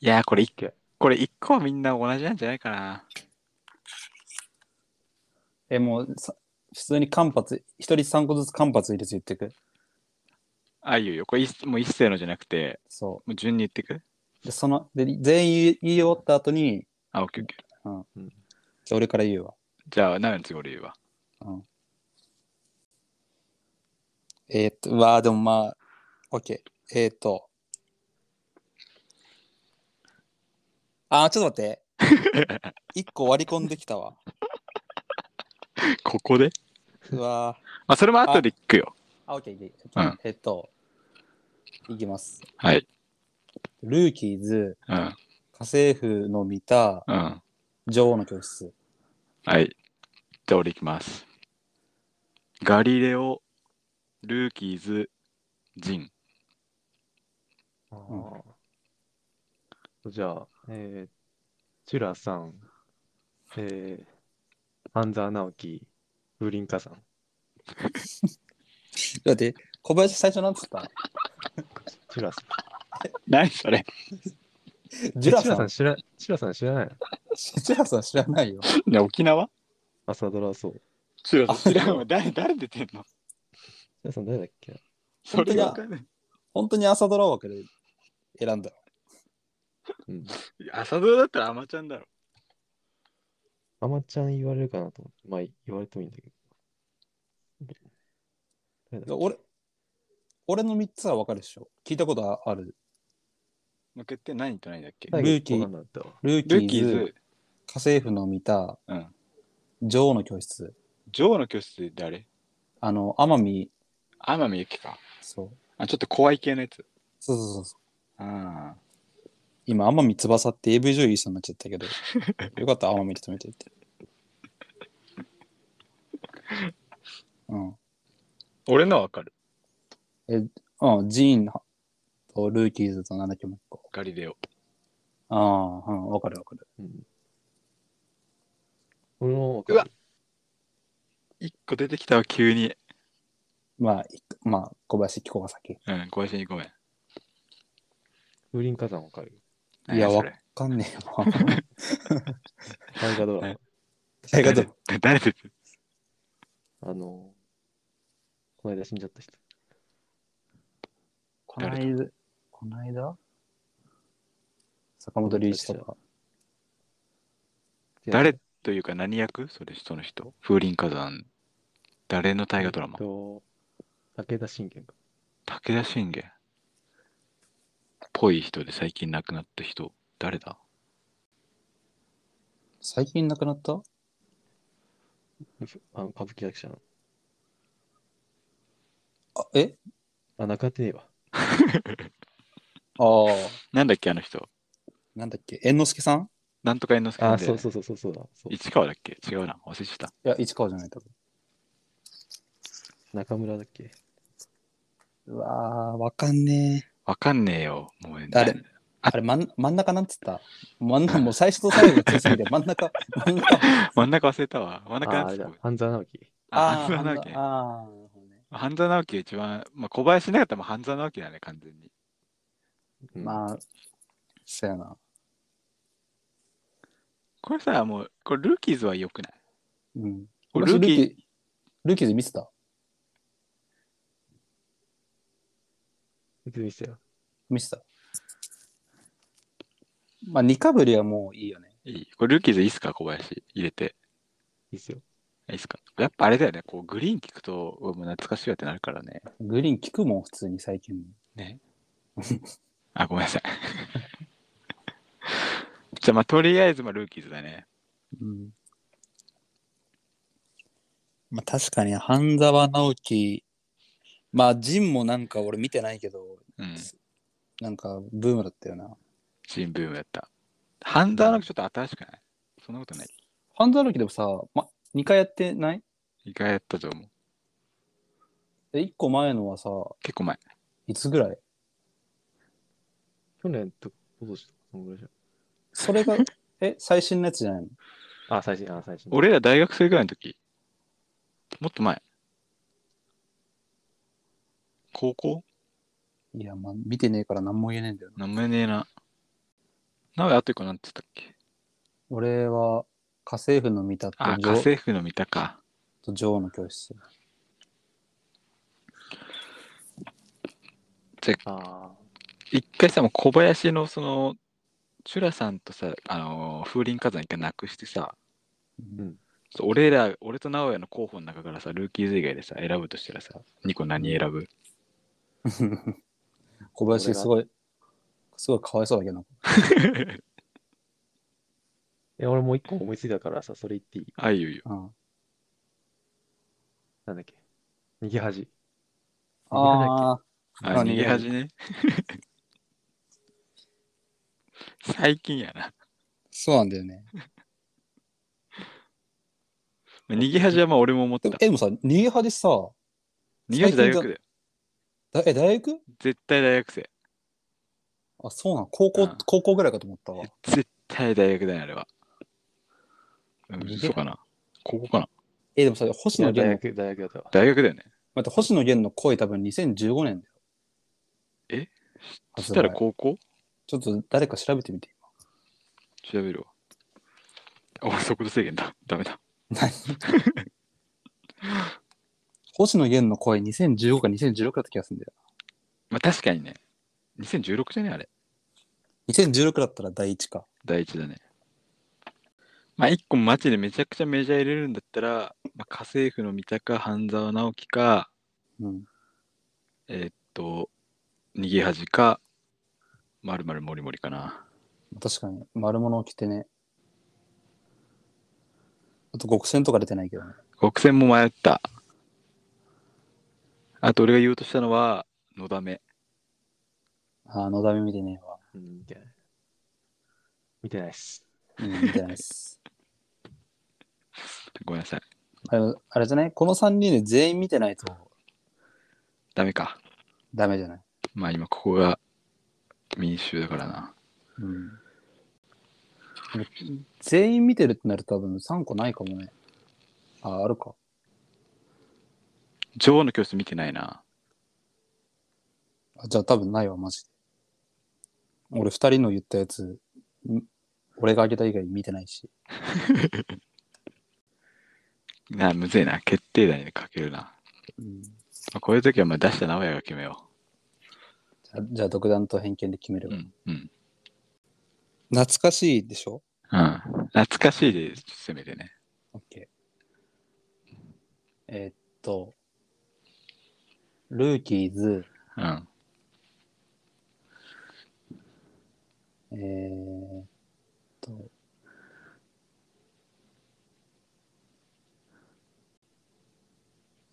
いやー、これ一個、これ一個はみんな同じなんじゃないかな。え、もうさ、普通に間髪、一人三個ずつ間髪入れて言ってく。あ、いいよいいよ。これ一もう一斉のじゃなくて、そもう順に言ってく。う。で、その、で、全員言い言い終わった後に、あ、オッケーオッケー。じゃあ俺から言うわ。じゃあ、なるの次俺言うわ。えーっと、うわーでもまあ、OK。えーっと。あー、ちょっと待 って。一個割り込んできたわ。ここでうわーまあ、それも後で聞くよ。あ、OK、OK。うんえーっと、いきます。はい。ルーキーズ、うん。家政婦の見たうん。女王の教室。はい。じゃあ、俺行きます。ガリレオ、ルーキーズ、ジン。あーじゃあ、えー、チュラさん、えー、半沢直樹、ブリンカさん、だって、小林最初なんつったチュラさん。何それジュラチュラささんん、知ら、チュラさん知らないのジュラさん知らないよ。ね沖縄朝ドラそう。チ知らん。知らんわ。誰、誰出てんのュラさん誰だっけなそれ本わ当かんない。本当に朝ドラ枠で選んだよ。うん。朝ドラだったらアマちゃんだろ。アマちゃん言われるかなと思って。まあ、言われてもいいんだけど。誰だっけ俺、俺の3つは分かるでしょ。聞いたことある。抜けて何と何だっけ最後ルーキーわかんなかったわルーキルーーキーズ、ズ、家政婦の見た、うん女王の教室。ジョーの教室で誰あの、奄美、天海祐希か。そう。あ、ちょっと怖い系のやつ。そうそうそうそう。ああ。今、奄美翼って AV 女優さんになっちゃっ たけど、よかった、奄美で止めていて。うん。俺のはわかる。うん、ジーンとルーキーズとなんだっけもう一個。ガリレオ。ああ、うん、わかるわかる。うん。俺もわかるうわ一個出てきたわ、急に。まあ、いまあ、小林紀子が先。うん、ご一緒にごめん。ブリンカさんわかる。いや、何そわれかんね えわ。大河ドラえ大河ドラ誰誰出てるマ。あのー、この間死んじゃった人。この間、この間坂本龍一とか。誰というか何役それ、その人。風林火山。誰の大河ドラマえっと、武田信玄か。武田信玄。ぽい人で最近亡くなった人。誰だ最近亡くなったあの歌舞伎役者の。あえあ、中手ねえわ。ああ、なんだっけ、あの人。なんだっけ猿之助さんなんとか猿之助さんあ、でそうそうそうそうそうだ。そう市川だっけ違うな。忘れてた。いや、市川じゃないと。中村だっけうわー、わかんねえ。わかんねえよ。もうね誰あれ、真ん真ん中なんつった真ん中、もう最初と最後が強すぎて、真ん 中、真ん中。 真ん中忘れたわ。真ん中あ、あなれんつだうの。半沢直樹。あ、半あー沢直樹ね。あー、なるほどね。半沢直樹が一番、まあ、小林いなかったらもう半沢直樹だね、完全に。うんまあ、そうやな。これさ、もう、これルーキーズは良くないうん。これルーキーー、ルーキーズ見てた見てみてよ。見てた。まあ、ニカブリはもういいよね。いいこれルーキーズいいっすか、小林入れて。いいっすよ。いいっすか。やっぱあれだよね、こう、グリーン聞くと、うわもう懐かしいわってなるからね。グリーン聞くもん、普通に最近。ね。 あ、ごめんなさい。 じゃあ、まあ、とりあえず、まあ、ルーキーズだね。うん。まあ、確かに、半沢直樹、まあ、ジンもなんか俺見てないけど、うん。なんかブームだったよな。新ブームだった。半沢直樹ちょっと新しくないそんなことない。半沢直樹でもさ、ま、2回やってない意外やったと思う。え、1個前のはさ、結構前。いつぐらい去年と、今年とか、そのぐらいじそれ が、え、最新のやつじゃないのゃん。あ、最新、あ、最新。俺ら大学生ぐらいの時もっと前高校いや、まあ、見てねえから何も言えねえんだよな。名前ねえな。なおやあと一個なんて言ったっけ俺は、家政婦の見たとあ、ジ家ョ政婦の見たか。とジョーの教室。 あ一回さ、もう小林のその、チュラさんとさ、あのー風林火山一回なくしてさ、んそう俺ら、俺と直哉の候補の中からさ、ルーキーズ以外でさ、選ぶとしたらさ、ニ個何選ぶ小林すごい、すごいかわいそうだけどな。ーえ俺もう一個思いついたからさ、それ言っていいあ、いいよいいよ。うん、なんだっけ逃げ恥。ああ、あ、逃あげ恥ね。 最近やな。そうなんだよね。逃げ恥はまあ俺も思ってでもた。え、でもさ、逃げ派でさ、逃げ恥大学だよ。だえ、大学絶対大学生。あ、そうなの高校、うん高校ぐらいかと思ったわ。絶対大学だよ、あれは。うん、そうかな。ここかな。え、でもさ、星い野や大源の、学、大学だったわ。大学だよね。待って、星野源の恋多分2015年だよ。えそ発し売たら高校ちょっと誰か調べてみて。調べるわ。あ、速度制限だ。 ダメだ。星野源の声2015か2016だった気がするんだよ。まあ確かにね。2016じゃねあれ。 2016だったら第一か。第一だね。まあ一個マジでめちゃくちゃメジャー入れるんだったら、まあ、家政婦の三鷹、半沢直樹か、うん。えーっと、逃げ恥か、まるまるもりもりかな。確かに、丸物を着てね。あと、極戦とか出てないけどね。極戦も迷った。あと俺が言おうとしたのは、のだめ。ああ、のだめ見てねえわ。うん、見てない。見てないっす。うん、見てないっす。ごめんなさい。 あれ、あれじゃないこの3人で全員見てないとダメか。ダメじゃないまあ今ここが民衆だからな。うん。全員見てるってなると多分3個ないかもね。ああ、あるか。女王の教室見てないな。あじゃあ多分ないわ、マジで。俺2人の言ったやつ、ん俺があげた以外見てないし。なあ、むずいな。決定打にかけるな。うん、じまあ、こういう時はまあ出した名古屋が決めよゃあじゃあ独断と偏見で決めるう。わ、うん。うん。懐かしいでしょうん。懐かしいでせめてね。オッケー。えーっと、ルーキーズ、うん。えー、っと、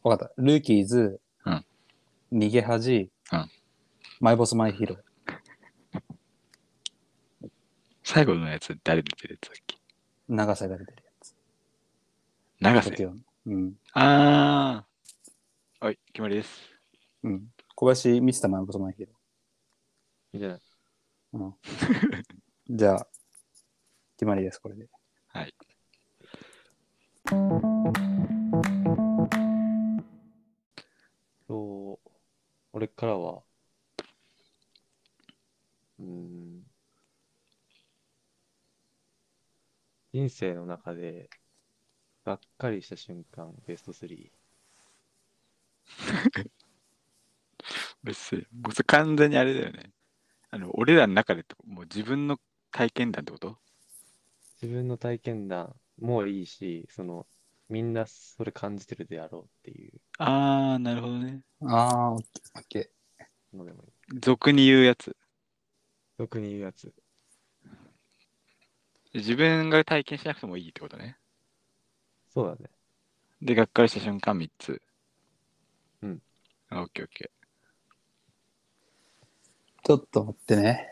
わかった。ルーキーズ、うん逃げ恥、うんマイボスマイヒーロー。最後のやつ誰出てるやつだっけ長瀬が出てるやつ。長東瀬。京のうん。ああ。はい、決まりです。うん。小林見てたマイボスマイヒーロ見てない。 ー。じゃあ、決まりです、これで。はい。そう、俺からは、うーん、人生の中で、がっかりした瞬間、ベスト3。別に、僕それ完全にあれだよね。あの、俺らの中でって、もう自分の体験談ってこと自分の体験談もいいし、その、みんなそれ感じてるであろうっていああ、なるほどね。ああ、オッケー。うのでもいい。俗に言うやつ。特に言うやつ。自分が体験しなくてもいいってことね。そうだね。で、がっかりした瞬間3つ。うん。あオッケーオッケちょっと待ってね。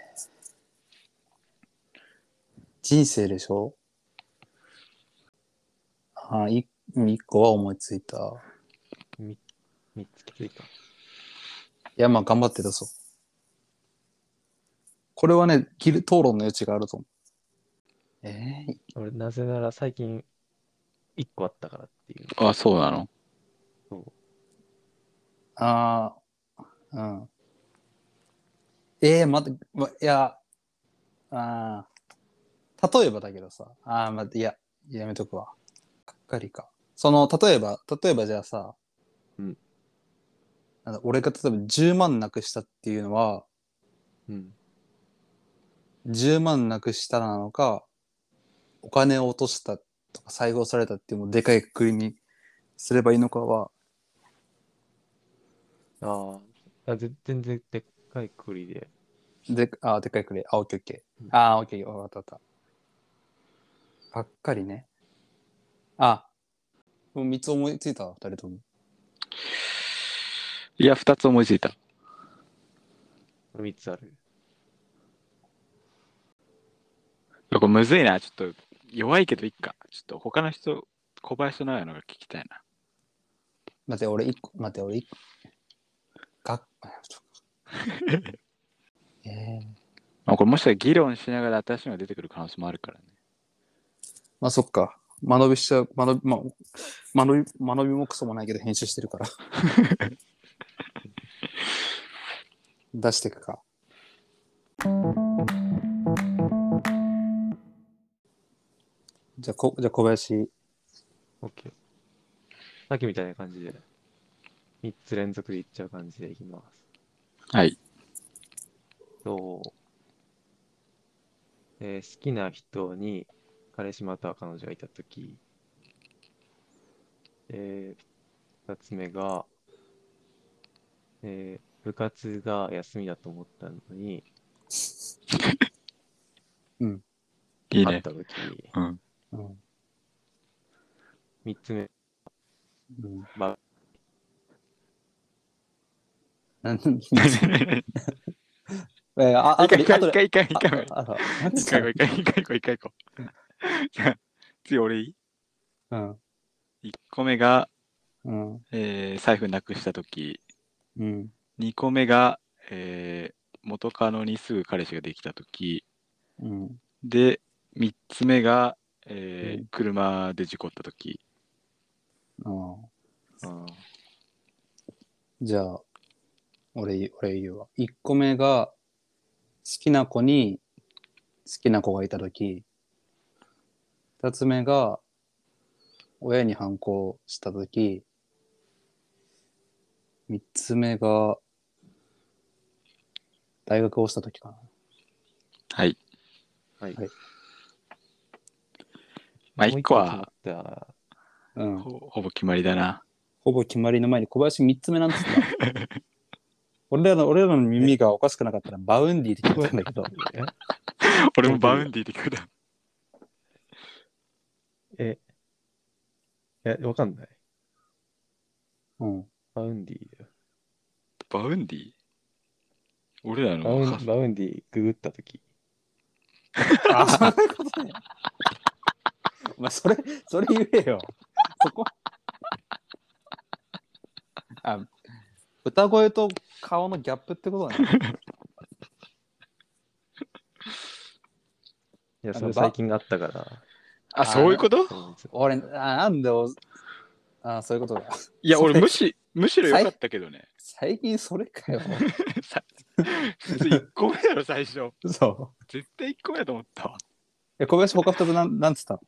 人生でしょああ、いうん一個は思いついた。み、三つきついか。いや、まあ頑張って出そう。これはね、切る討論の余地があると思う。ええ俺、なぜなら最近、一個あったからっていう。ー。あ、そうなのそう。ああ、うん。ええまた、まいや、ああ、例えばだけどさ、ああ、まあ、いや、やめとくわ。がっかりか。その、例えば、例えばじゃあさ、うんなんだ俺が例えば10万なくしたっていうのは、うん。 10万なくしたなのか、お金を落としたとか、細合されたっていう、もうでかいくくりにすればいいのかは、ああ。ぜ全然でっかいくくりで。で、あー、でっかいくれ。あ、オッケーオッケうー。んあー、オッケー、わかったわかった。ばっかりね。あ、もう3つ思いついたわ、2人とも。いや、2つ思いついた。 3つある。これむずいな、ちょっと弱いけどいっか。ちょっと他の人、小林のようのが聞きたいな。待って、俺1個、待って、俺1個。が、 えー、まあ、これもしかしたら議論しながら新しいのが出てくる可能性もあるからね。まあそっか。間延びしちゃう、間延び、まあ、間延び、間延びもクソもないけど編集してる から。出していくか。じゃあ、こじゃあ小林。 OK。さっきみたいな感じで、3つ連続でいっちゃう感じでいきます。はい。と、えー好きな人に彼氏または彼女がいたとき、えー、2つ目が、えー部活が休みだと思ったのに、いい会っね。たとき、うん。うん。 3つ目、 うん。まなんえあ、一あと回、一で、回、一回、一回、あとで。一回、ああとなん一つっ回た、一回、一回、一回、一回、じゃあ、 次俺いうん。い ?1 個目が、うん。えー財布なくしたとき、うん。 2個目が、えー元カノにすぐ彼氏ができたとき、うん。で、3つ目が、えーうん車で事故ったとき。うん。あーじゃあ、俺言う、俺言うわ。1個目が、好きな子に、好きな子がいたとき、2つ目が、親に反抗したとき、3つ目が、大学をしたときかな。はい。はいはいまあ、もう1一個個は決まったうん。ほほぼ決まりだな。 ほぼ決まりの前に小林3つ目なんつった俺らの、俺らの耳がおかしくなかったら、バウンディって聞こえたんだけど。俺もバウンディって聞こえた。え、え、わかんない。うん。バウンディだよ。バウンディ俺らバの ウンバウンディググったとき。あ、そういうことね。 お前、それ、それ言えよ。そこ。あ、歌声と顔のギャップってことね。いや、あそのばれ最近あったから。あ、そういうことその三つ俺、あ、なんでお、あ、そういうことだ。いや、俺それむし、むしろ良かったけどね。最近それかよ。 1個目だろ、最初。そ絶対1個目だと思ったわ。う。え、小林、他二つなん、なんつった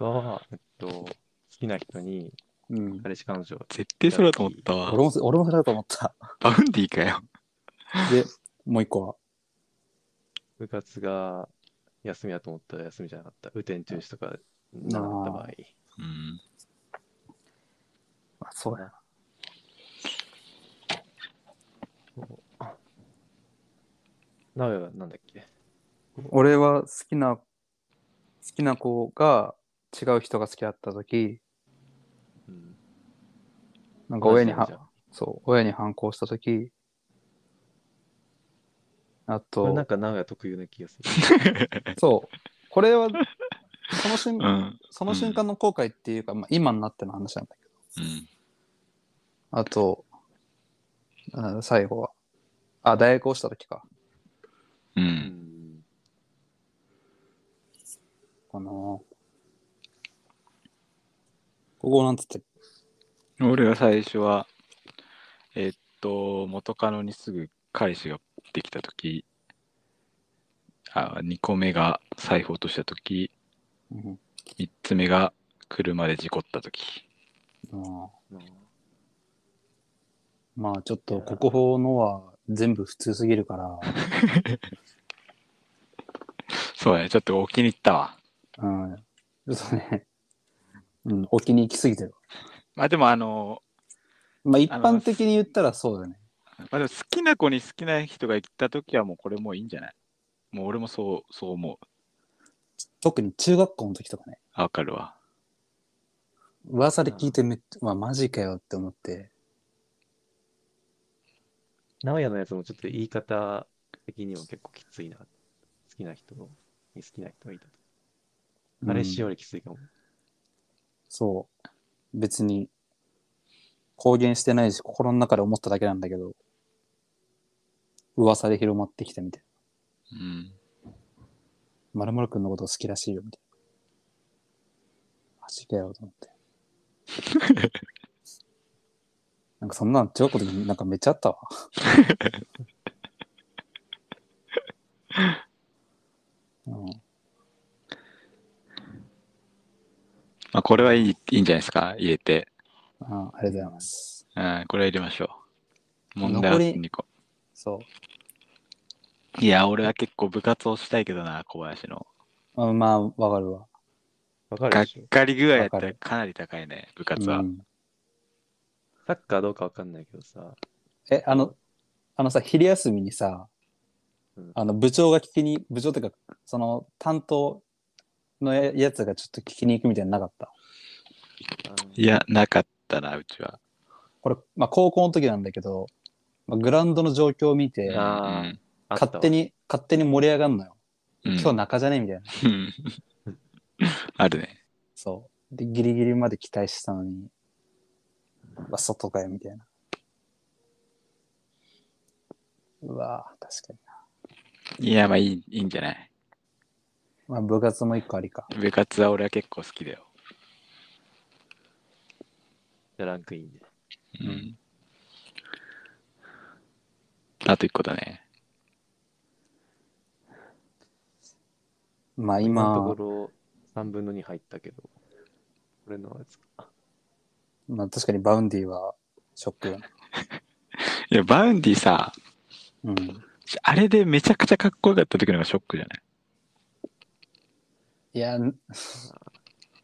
のが、えっと、好きな人にうん。彼氏彼女。絶対それだと思ったわ。俺も、俺もそれだと思った。バウンディかよ。で、もう一個は。部活が休みだと思ったら休みじゃなかった。雨天中止とかなかった場合。うん。あ、そうや。なおはなんだっけ俺は好きな、好きな子が違う人が好きだった時、うん。なんか親にはじゃ、あそう、親に反抗したとき、あこれなんと、かなおや特有な気がす る。そう、これは、その瞬うん。その瞬間の後悔っていうか、まあ、今になっての話なんだけど、うん。あと、うん最後は、あ、大学をしたときか、う。うんん。この、ここなんつって、俺が最初は、えーっと、元カノにすぐ彼氏ができたとき、あ2個目が財布落とした時うん3つ目が車で事故った時ああうんまあちょっと国宝のは全部普通すぎるから、そうだねちょっとお気に入ったわうん。ちょっとね、うん、お気に行きすぎてる。まあでもあのまあ一般的に言ったらそうだね。まあ、でも好きな子に好きな人が行った時はもうこれもういいんじゃないもう俺もそうそう思う特に中学校の時とかね、あわかるわ噂で聞いてめっちゃ、まあマジかよって思って、直哉のやつもちょっと言い方的にも結構きついな。好きな人に好きな人がいたと。うん彼氏よりきついかも。そう。別に、公言してないし、心の中で思っただけなんだけど、噂で広まってきたみたいうんな。まるまるくんのこと好きらしいよ、みたいな。マジかよ、と思って。 なんかそんなの中学校の時になんかめっちゃあったわ。 うん、まあこれはいいいいんじゃないですか入れてあありがとうございます。うんこれは入れましょう問題は残り2個そう。いや俺は結構部活をしたいけどな小林のあまあ、わかるわ。わかるがっでしょ。かり具合やったわからるかなり高いね部活は、うんサッカーどうかわかんないけどさ、え、あの、あのさ、昼休みにさ、うんあの、部長が聞きに、部長っていうか、その、担当のややつがちょっと聞きに行くみたいなのなかった。あのいやなかったなうちはこれ、まあ、高校の時なんだけど、まあ、グラウンドの状況を見て、うあんあったわ勝手に、勝手に盛り上がるのよ。うん今日中じゃねみたいな。うん あるねそう。で、ギリギリまで期待してたのに、うわ、外かよ、みたいな。うわぁ確かにな。いやまあいいいいんじゃないまあ、部活も一個ありか。部活は俺は結構好きだよ、じゃあランクインで。うんあと1個だねまあ、今今のとこ、ろ3分の2入ったけど、俺のやつか。まあ、確かにバウンディはショックだね。いやバウンディさうん。あれでめちゃくちゃかっこよかった時の方がショックじゃないいや、んう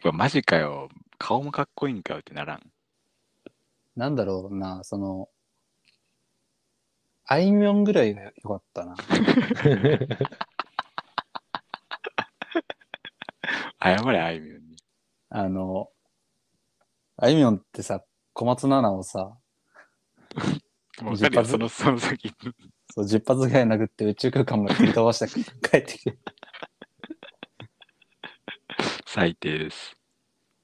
わマジかよ顔もかっこいいんかよってならんなんだろうな、その、あいみょんぐらいがよかったな。謝れあいみょんにあの、あいみょんってさ、小松菜奈をさ、わかるよ一発そのその時そう10発ぐらい殴って宇宙空間まで振り飛ばして帰ってきて。い最低です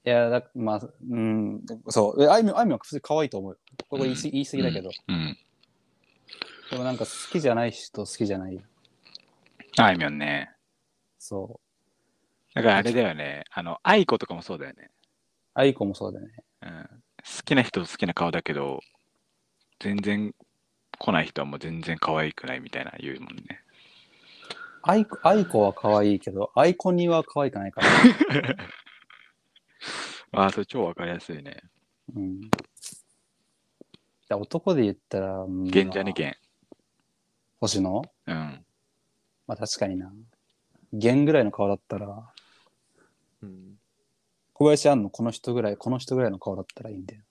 や、だまあ、うん、そう、えあいみょん、あいみょんは普通に可愛いと思うよ。これ言い過ぎ言い過ぎだけど、うんでもなんか好きじゃない人好きじゃない。あいみょんねそう。だからあれだよねあの愛子とかもそうだよね、あいこもそうだよね。うん、好きな人好きな顔だけど全然来ない人はもう全然可愛くないみたいな言うもんねあいこ、あいこは可愛いけど、あいこには可愛くないから。ああそれ超わかりやすいねうん。だ男で言ったら、うん現じゃね現星野うんまあ確かにな。弦ぐらいの顔だったら、うん、小林杏のこの人ぐらい、この人ぐらいの顔だったらいいんだよ。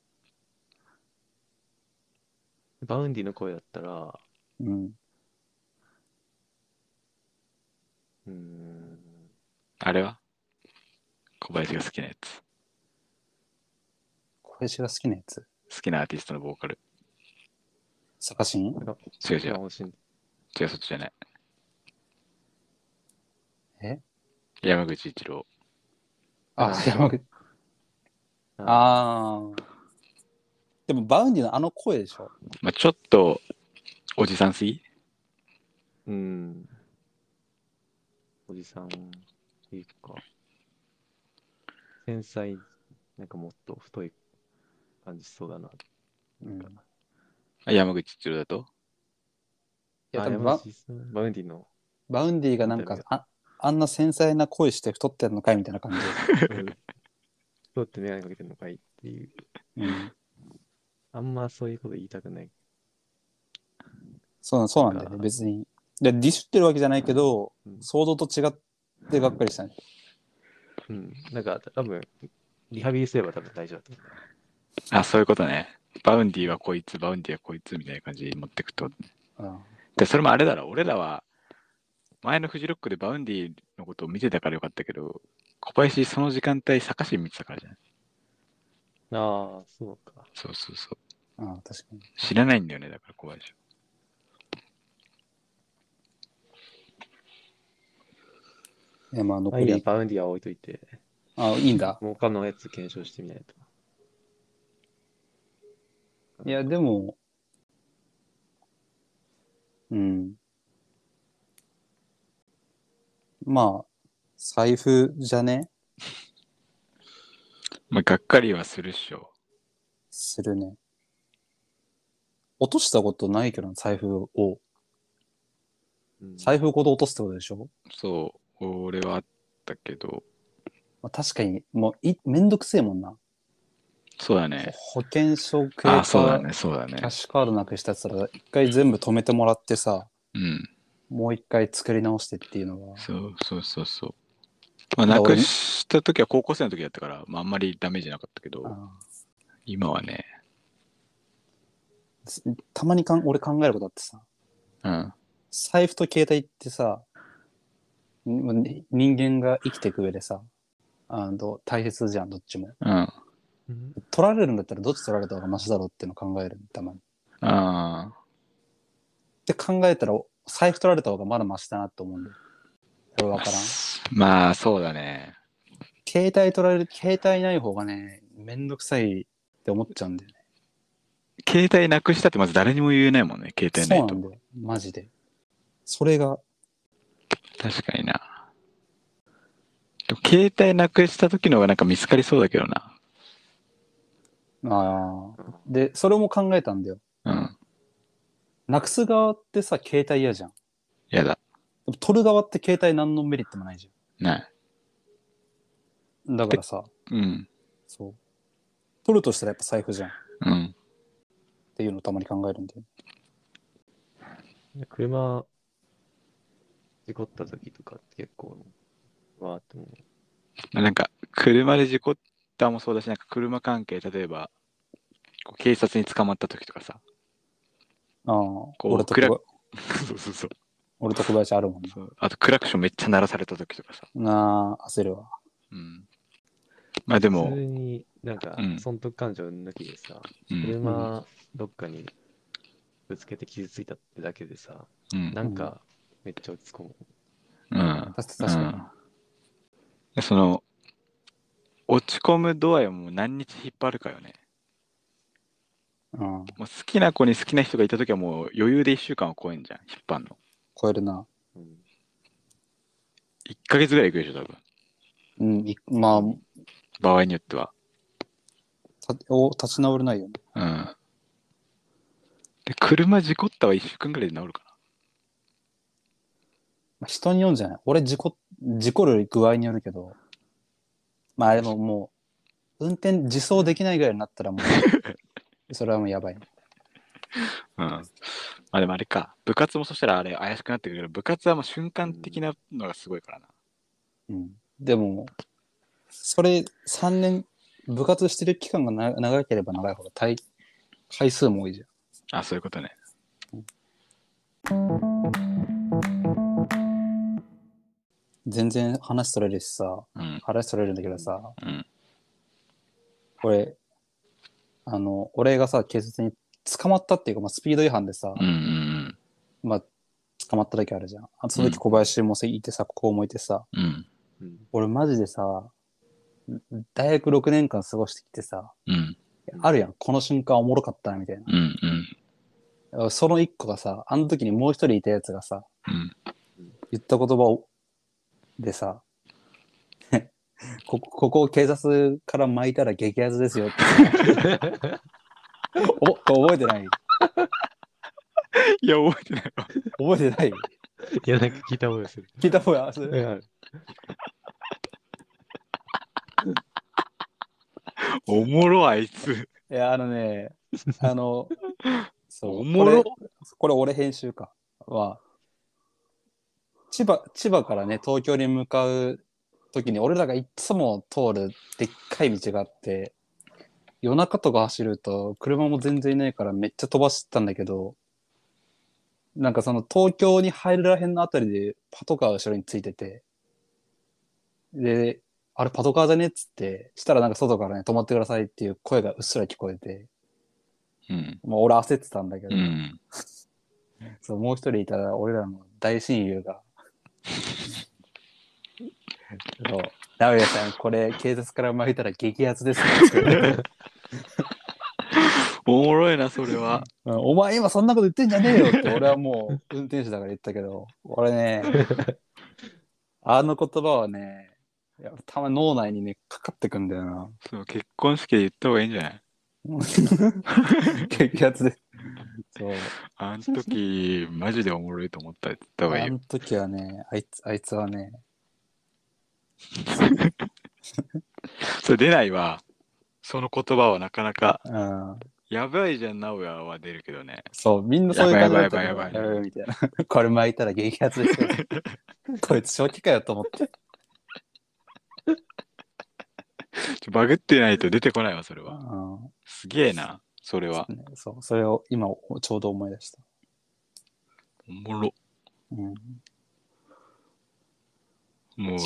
バウンディの声だったら、うん。うーん、あれは小林が好きなやつ小林が好きなやつ。好きなアーティストのボーカルサカシン違う違一う番欲しいん違うそっちじゃないえ山口一郎あ、山口。あああ。でもバウンディのあの声でしょ。まあちょっとおじさんすぎうん。おじさんっていうか、繊細、なんかもっと太い感じしそうだな。うん。いあ山口一郎だとや、あ多分山バ口さんバウンディのバウンディがなんか、ああんな繊細な恋して太ってんのかいみたいな感じ。うん どうやって眼鏡かけてんのかいっていう。うん、あんまそういうこと言いたくない。そうそうなんだよね、別に。で、ディスってるわけじゃないけど、うん想像と違ってがっかりしたね。うん。なんか多分、リハビリすれば多分大丈夫だと思あ、そういうことね。バウンディはこいつ、バウンディはこいつみたいな感じで持ってくと。うん、で、それもあれだろ、俺らは、前のフジロックでバウンディのことを見てたからよかったけど、小林その時間帯、坂市見てたからじゃない。う。ああ、そうか。そうそうそう。ああ確かに。知らないんだよね、だから小林。いや、まあ、残まあいいや、り。バウンディは置いといて、あ、いいんだ。もう他のやつ検証してみないと。いや、でも、うん。まあ、財布じゃねまあ、がっかりはするっしょ。するね。落としたことないけどな、財布を。うん財布ごと落とすってことでしょ、そう、俺はあったけど、まあ、確かに、もうい、めんどくせえもんな。そうだね。保険証系あ、か、そうだね、そうだねキャッ。シュカードなくしたやつたら、一回全部止めてもらってさ、うん。もう一回作り直してっていうのは。そうそうそうそう。まあ、だなからくした時は高校生の時だったから、まあ、あんまりダメージなかったけど、あ今はね、ーたまにかん俺考えることあってさ、うん。財布と携帯ってさ、に人間が生きていく上でさ、あの大切じゃん、どっちも。うん。あうん取られるんだったらどっち取られた方がマシだろうっていうの考えるたまに。あって考えたら、財布取られた方がまだマシだなって思うんだよ。これー。わからん。まあ、そうだね。携帯取られる、携帯ない方がね、めんどくさいって思っちゃうんだよね。携帯なくしたってまず誰にも言えないもんね、携帯そなういなとん。だよ。マジで。それが、確かにな。でも携帯なくした時の方がなんか見つかりそうだけどな。ああ。で、それも考えたんだよ。うん。なくす側ってさ、携帯嫌じゃん。でやだ。も取る側って携帯何のメリットもないじない。ゃん。だからさ、うん。そう。取るとしたらやっぱ財布じゃんっうん。ていうのをたまに考えるんだよね。車、事故った時とかって結構、わーって思う。まあなんか、車で事故ったもそうだし、なんか車関係、例えば、こう警察に捕まった時とかさ。ああ。う俺と暗小そうそうそう。俺と小林あるもんそうあとクラクションめっちゃ鳴らされた時とかさ。な。なあ、焦るわ。うん。まあで普も、通になんかうん損得感情抜きでさ、うん。車どっかにぶつけて傷ついたってだけでさ、うん。なんかめっちゃ落ち込む。うん。確か確かに。うん、その落ち込む度合いをもう何日引っ張るかよねうん。もう好きな子に好きな人がいた時はもう余裕で1週間は超えんじゃん引っ張んの超えるな。うん1ヶ月ぐらいいくでしょ多分うん。いまあ、場合によってはたお立ち直れないよね。うんで車事故ったは1週間ぐらいで治るかまあ、人によるんじゃない俺事故、事故る具合によるけど、まあでももう、運転自走できないぐらいになったらも う、それはもうやばい。なうんまあでもあれか部活もそしたらあれ怪しくなってくるけど部活はもう瞬間的なのがすごいからなうん。でも、それ3年、部活してる期間がな長ければ長いほど体、回数も多いじゃん。あそういうことね全然話それるしさ、うん話それるんだけどさ、うんこれ、あの、俺がさ、警察に捕まったっていうか、まあ、スピード違反でさ、うんうんまあ、捕まった時あるじゃん。あその時小林もせいてさ、ここもいてさ、うんうんうん俺マジでさ、大学6年間過ごしてきてさ、うんあるやん、この瞬間おもろかったな、みたいな。うんうんその一個がさ、あの時にもう一人いたやつがさ、うん言った言葉をでさ、 ここここを警察から巻いたら激アツですよって。お覚えてない いや覚えてないわ覚えてない いや、なんか聞いた覚えする。聞いた方がそれうんおもろあいつ。いや、あ のね、あの、そう。おもろこれこれ俺編集か。は、千葉、千葉からね、東京に向かう時に、俺らがいつも通るでっかい道があって、夜中とか走ると、車も全然いないからめっちゃ飛ばしてたんだけど、なんかその東京に入るらへんのあたりでパトカーが後ろについてて、で、あれパトカーじゃねっつって、したらなんか外からね、止まってくださいっていう声がうっすら聞こえて、うん。もう俺焦ってたんだけど、 うん。そうもう一人いた俺らの大親友が。そうラウヤさん、これ警察から巻いたら激アツですねって言われておもろいな、それは。うんお前今そんなこと言ってんじゃねえよって俺はもう運転手だから言ったけど、俺ね、あの言葉はね、いやたまに脳内にね、かかってくんだよな。そう結婚式で言った方がいいんじゃない激アツで。そう。あん時、マジでおもろいと思ったら言った方がいあいよ。の時はね、あいつ、あいつはね、それ出ないわ。その言葉はなかなか。うん、やばいじゃん、直哉は出るけどね。そう、みんなそういう感じだったやばいやばいやばいうんみたいな。 これ巻いたら激アツですよ。 こいつ正気かよと思って。ちょバグってないと出てこないわ、それは。うすげえな、それは。ん、そう、それを今ちょうど思い出した。おもろ。うん、もういい、もう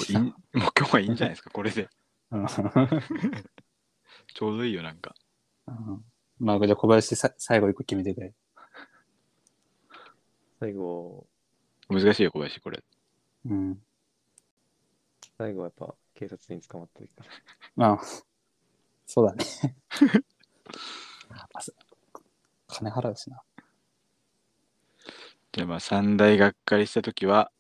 今日はいいんじゃないですか、これ で。うんちょうどいいよ、なんか。うんまあ、じゃあ小林さ最後一個決めてくれ。最後、難しいよ、小林、これ。うん。最後はやっぱ警察に捕まった時かな。まあ、そ うだね。あそ金払うしな。じゃあまあ、三大がっかりしたときは、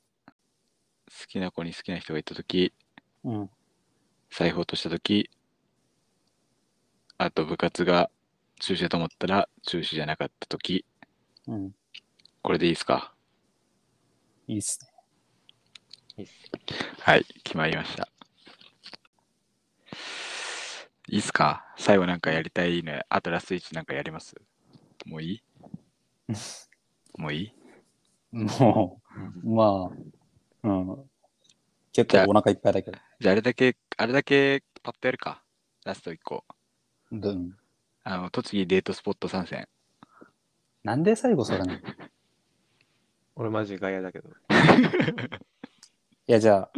好きな子に好きな人がいたとき、うん。財布落としたとき、あと部活が中止だと思ったら中止じゃなかったとき、うん。これでいいですかいいっすね。いいっす。はい、決まりました。いいっすか最後なんかやりたいのあとラスト1なんかやりますもういいもういいもう、まあ、うん。結じゃあ構お腹いっぱいだけど。じゃああれだけ、あれだけパッとやるか。ラスト1個。うん。あの、栃木デートスポット参戦。なんで最後それなの俺マジ外野だけど。いや、じゃあ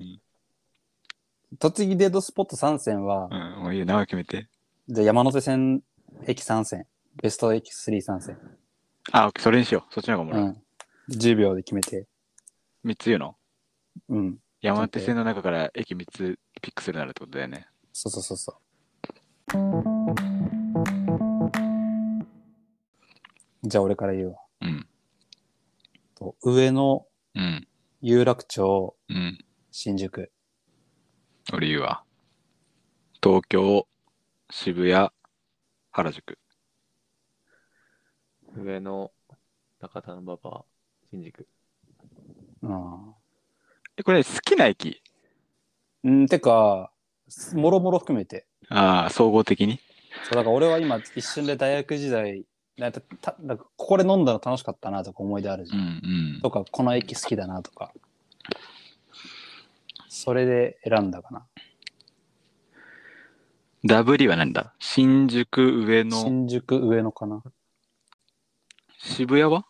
うん、栃木デートスポット3選う、はん、もういいよ、名前決めて。じゃあ山手線駅3選、ベスト駅3参戦。あ、オッケーそれにしよう。そっちの方がおもろうい。ん。10秒で決めて。 3つ言うのうん。山手線の中から駅3つピックするならってことだよね。そうそうそうそう。じゃあ俺から言うわ。うん。と上野、うん。有楽町、うん。新宿。俺言うわ。東京、渋谷、原宿。上野、中田馬場、新宿。うん。え、これ好きな駅うん、てか、もろもろ含めて。ああ、総合的にそうだから俺は今一瞬で大学時代なんかたなんかここで飲んだの楽しかったなとか思い出あるじゃうんん、うん。とかこの駅好きだなとかそれで選んだかなダブリは何だ新宿、上野、新宿上野かな渋谷は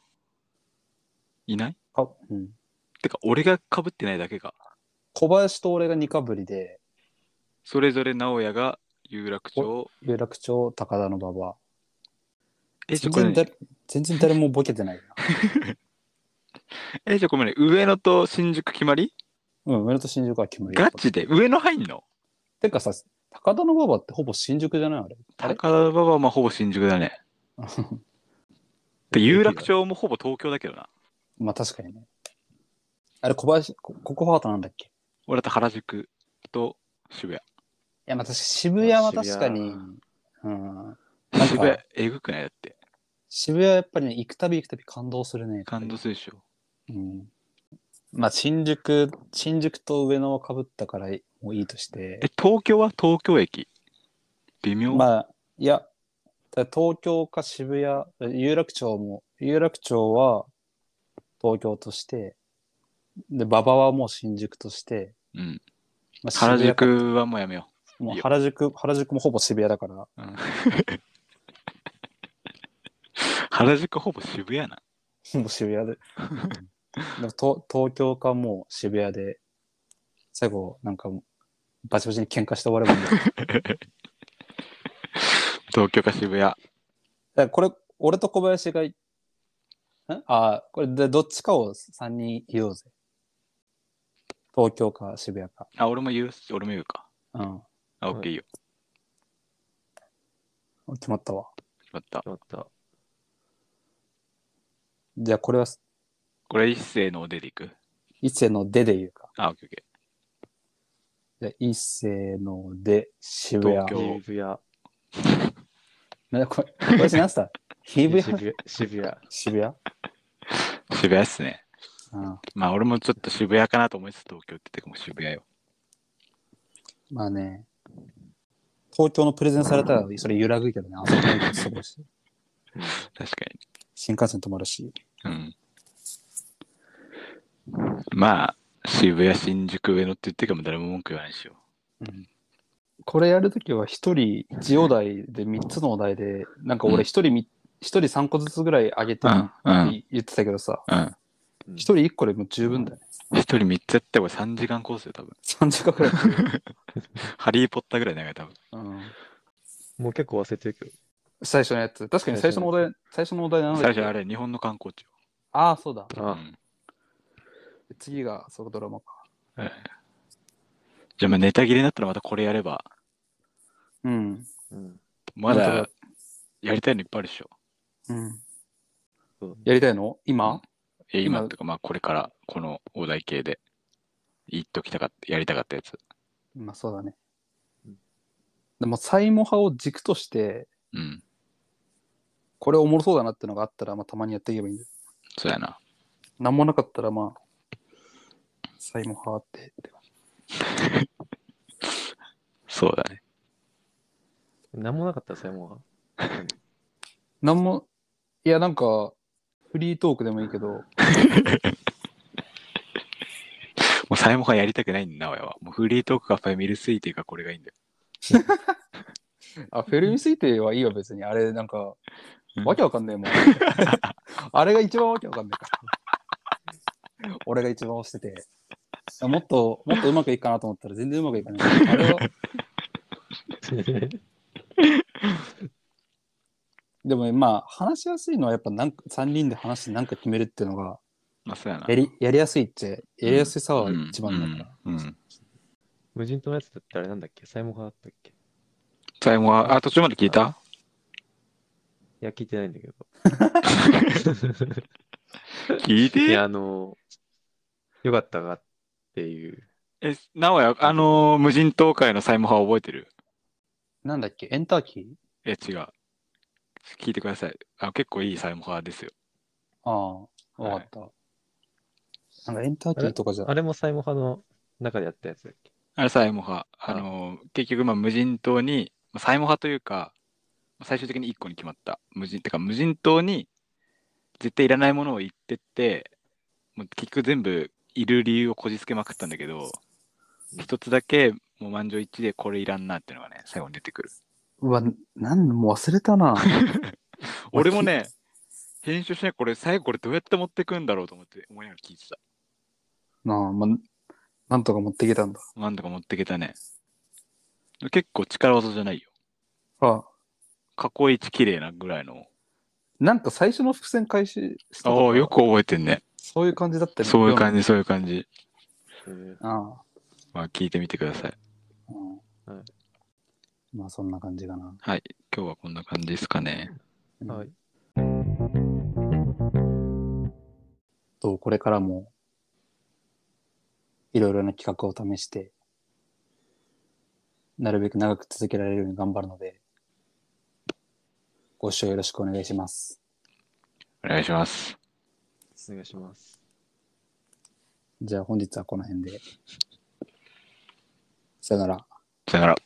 いないか、うん、てか、俺が被ってないだけか。小林と俺が二かぶりでそれぞれ直哉が有楽町。有楽町高田の馬場え、ちょ、全これね、然誰全然誰もボケてないなえ、ちょ、ごめんね。上野と新宿決まりうん上野と新宿は決まりガチで上野入んのてかさ高田の馬場ってほぼ新宿じゃないあれあ高れ田馬場はまあほぼ新宿だ ね。で、有楽町もほぼ東京だけどな。まあ確かにねあれ小林こここハートなんだっけ俺だと原宿と渋谷。いや、まあ、確か渋谷は確かに渋、うん、か渋谷、えぐくないだって。渋谷はやっぱりね、行くたび行くたび感動するね。感動するでしょ。うん。まあ、新宿、新宿と上野はかぶったからもういいとしてえ、、東京は東京駅微妙、まあ、いや、ただ東京か渋谷、有楽町も、有楽町は東京として、で、馬場はもう新宿として、うん。まあ、原渋谷か宿はもうやめよもう原宿、原宿もほぼ渋谷だから、う。うん原宿ほぼ渋谷な。もう渋 谷で。でもと東京かもう渋谷で、最後、なんか、バチバチに喧嘩して終わるもん ね。だか東京か渋谷。らこれ、俺と小林がい、んあーこれで、どっちかを3人言おうぜ。東京か渋谷か。あ、俺も言う、俺も言うか。うん。あ、はい OK いいよ。決まったわ。決まった。まった。じゃあ、これは、これ一斉のお出でいく。一世の出で言うか。あ、OK、OK。じゃあ、一世の出、渋東京谷。今日渋谷なこれ、小林何 つった渋渋谷谷。渋谷。渋谷渋谷っすね。うん。まあ俺もちょっと渋谷かなと思いつつ東京って言ってもう渋谷よ。まあね、東京のプレゼンされたらそれ揺らぐけどね、あそこに過ごし、確か新幹線止まるし、に。うん。まあ、渋谷、新宿、上野って言ってからも誰も文句言わないでしょ。これやるときは一人一お題で3つのお題で、なんか俺一人み一人3個ずつぐらい上げてうもいん、うん、い言ってたけどさ、うん。うん一人一個でもう十分だよね。一人3つやっても3時間コースよ、多分。 3時間くらい。ハリー・ポッターぐらい長い、多分。 うん、もう結構忘れてるけど。最初のやつ。確かに最初のお題、最初のお題なの最初あれ、日本の観光地よ。ああ、そうだ。うあ、ん次がそのドラマか。ええじゃあ、まあネタ切れになったらまたこれやれば、うん。うん。ま本当だだやりたいのいっぱいあるでしょ。うんそう。やりたいの今え今今とか、まあこれから、このお題系で、言っときたかった、やりたかったやつ。まあそうだねうん。でも、サイモ派を軸として、うん、これおもろそうだなってのがあったら、まあ、たまにやっていけばいいんだよ。そうやな。なんもなかったら、まあ、サイモ派ってって感じ。そうだね。なんもなかったらさ、もなんも、いや、なんか、フリートークでもいいけど、もうサイモンがやりたくないんだ、俺は。もうフリートークかファミルスイーティーかこれがいいんだよ。あ、フェルミ推定はいいわ、別に。あれ、なんかうん、わけわかんねえ もん。あれが一番わけわかんねえから。俺が一番押してて。もっと、もっとうまくいくかなと思ったら、全然うまくいかない。あれは、う。でもまあ話しやすいのはやっぱなんか3人で話して何か決めるっていうのがまあ、そうやな。やりやりやすいってやりやすさはうん一番だから、うんうん無人島のやつだってあれなんだっけサイモン派だったっけサイモンは、あ、途中まで聞いたいや、聞いてないんだけど。聞いいてや、あの、よかったかっていう。え、なおや、あのー無人島会のサイモン派覚えてるなんだっけエンターキーえ、違う。聞いてください。あ結構いいサイモン派ですよ。ああわかった、なんかエンターキーとかじゃあれもサイモン派の中でやったやつだっけあれ、サイモン派。あのー結局、まあ、無人島に、まあサイモン派というか、最終的に1個に決まった。無人、てか、無人島に、絶対いらないものを言ってって、もう結局全部いる理由をこじつけまくったんだけど、一つだけ、もう満場一致でこれいらんなっていうのがね、最後に出てくる。うわなんもう忘れたな俺もね、編集しないこれ、最後これどうやって持ってくんだろうと思って思いながら聞いてた。なあまあなんとか持ってきたんだなんとか持ってけたね。結構力技じゃないよ。あ囲い位置綺麗なぐらいの。なんか最初の伏線開始したあとあ、かよく覚えてんね。そういう感じだったよねそういう感じ、そういう感じ。えーあまあ、聞いてみてください。あ、うんはいまあそんな感じかな、はい。今日はこんな感じですかね。うんはい。とこれからもいろいろな企画を試してなるべく長く続けられるように頑張るのでご視聴よろしくお願いします。お願いします。お願いします。じゃあ本日はこの辺で。さよなら。さよなら。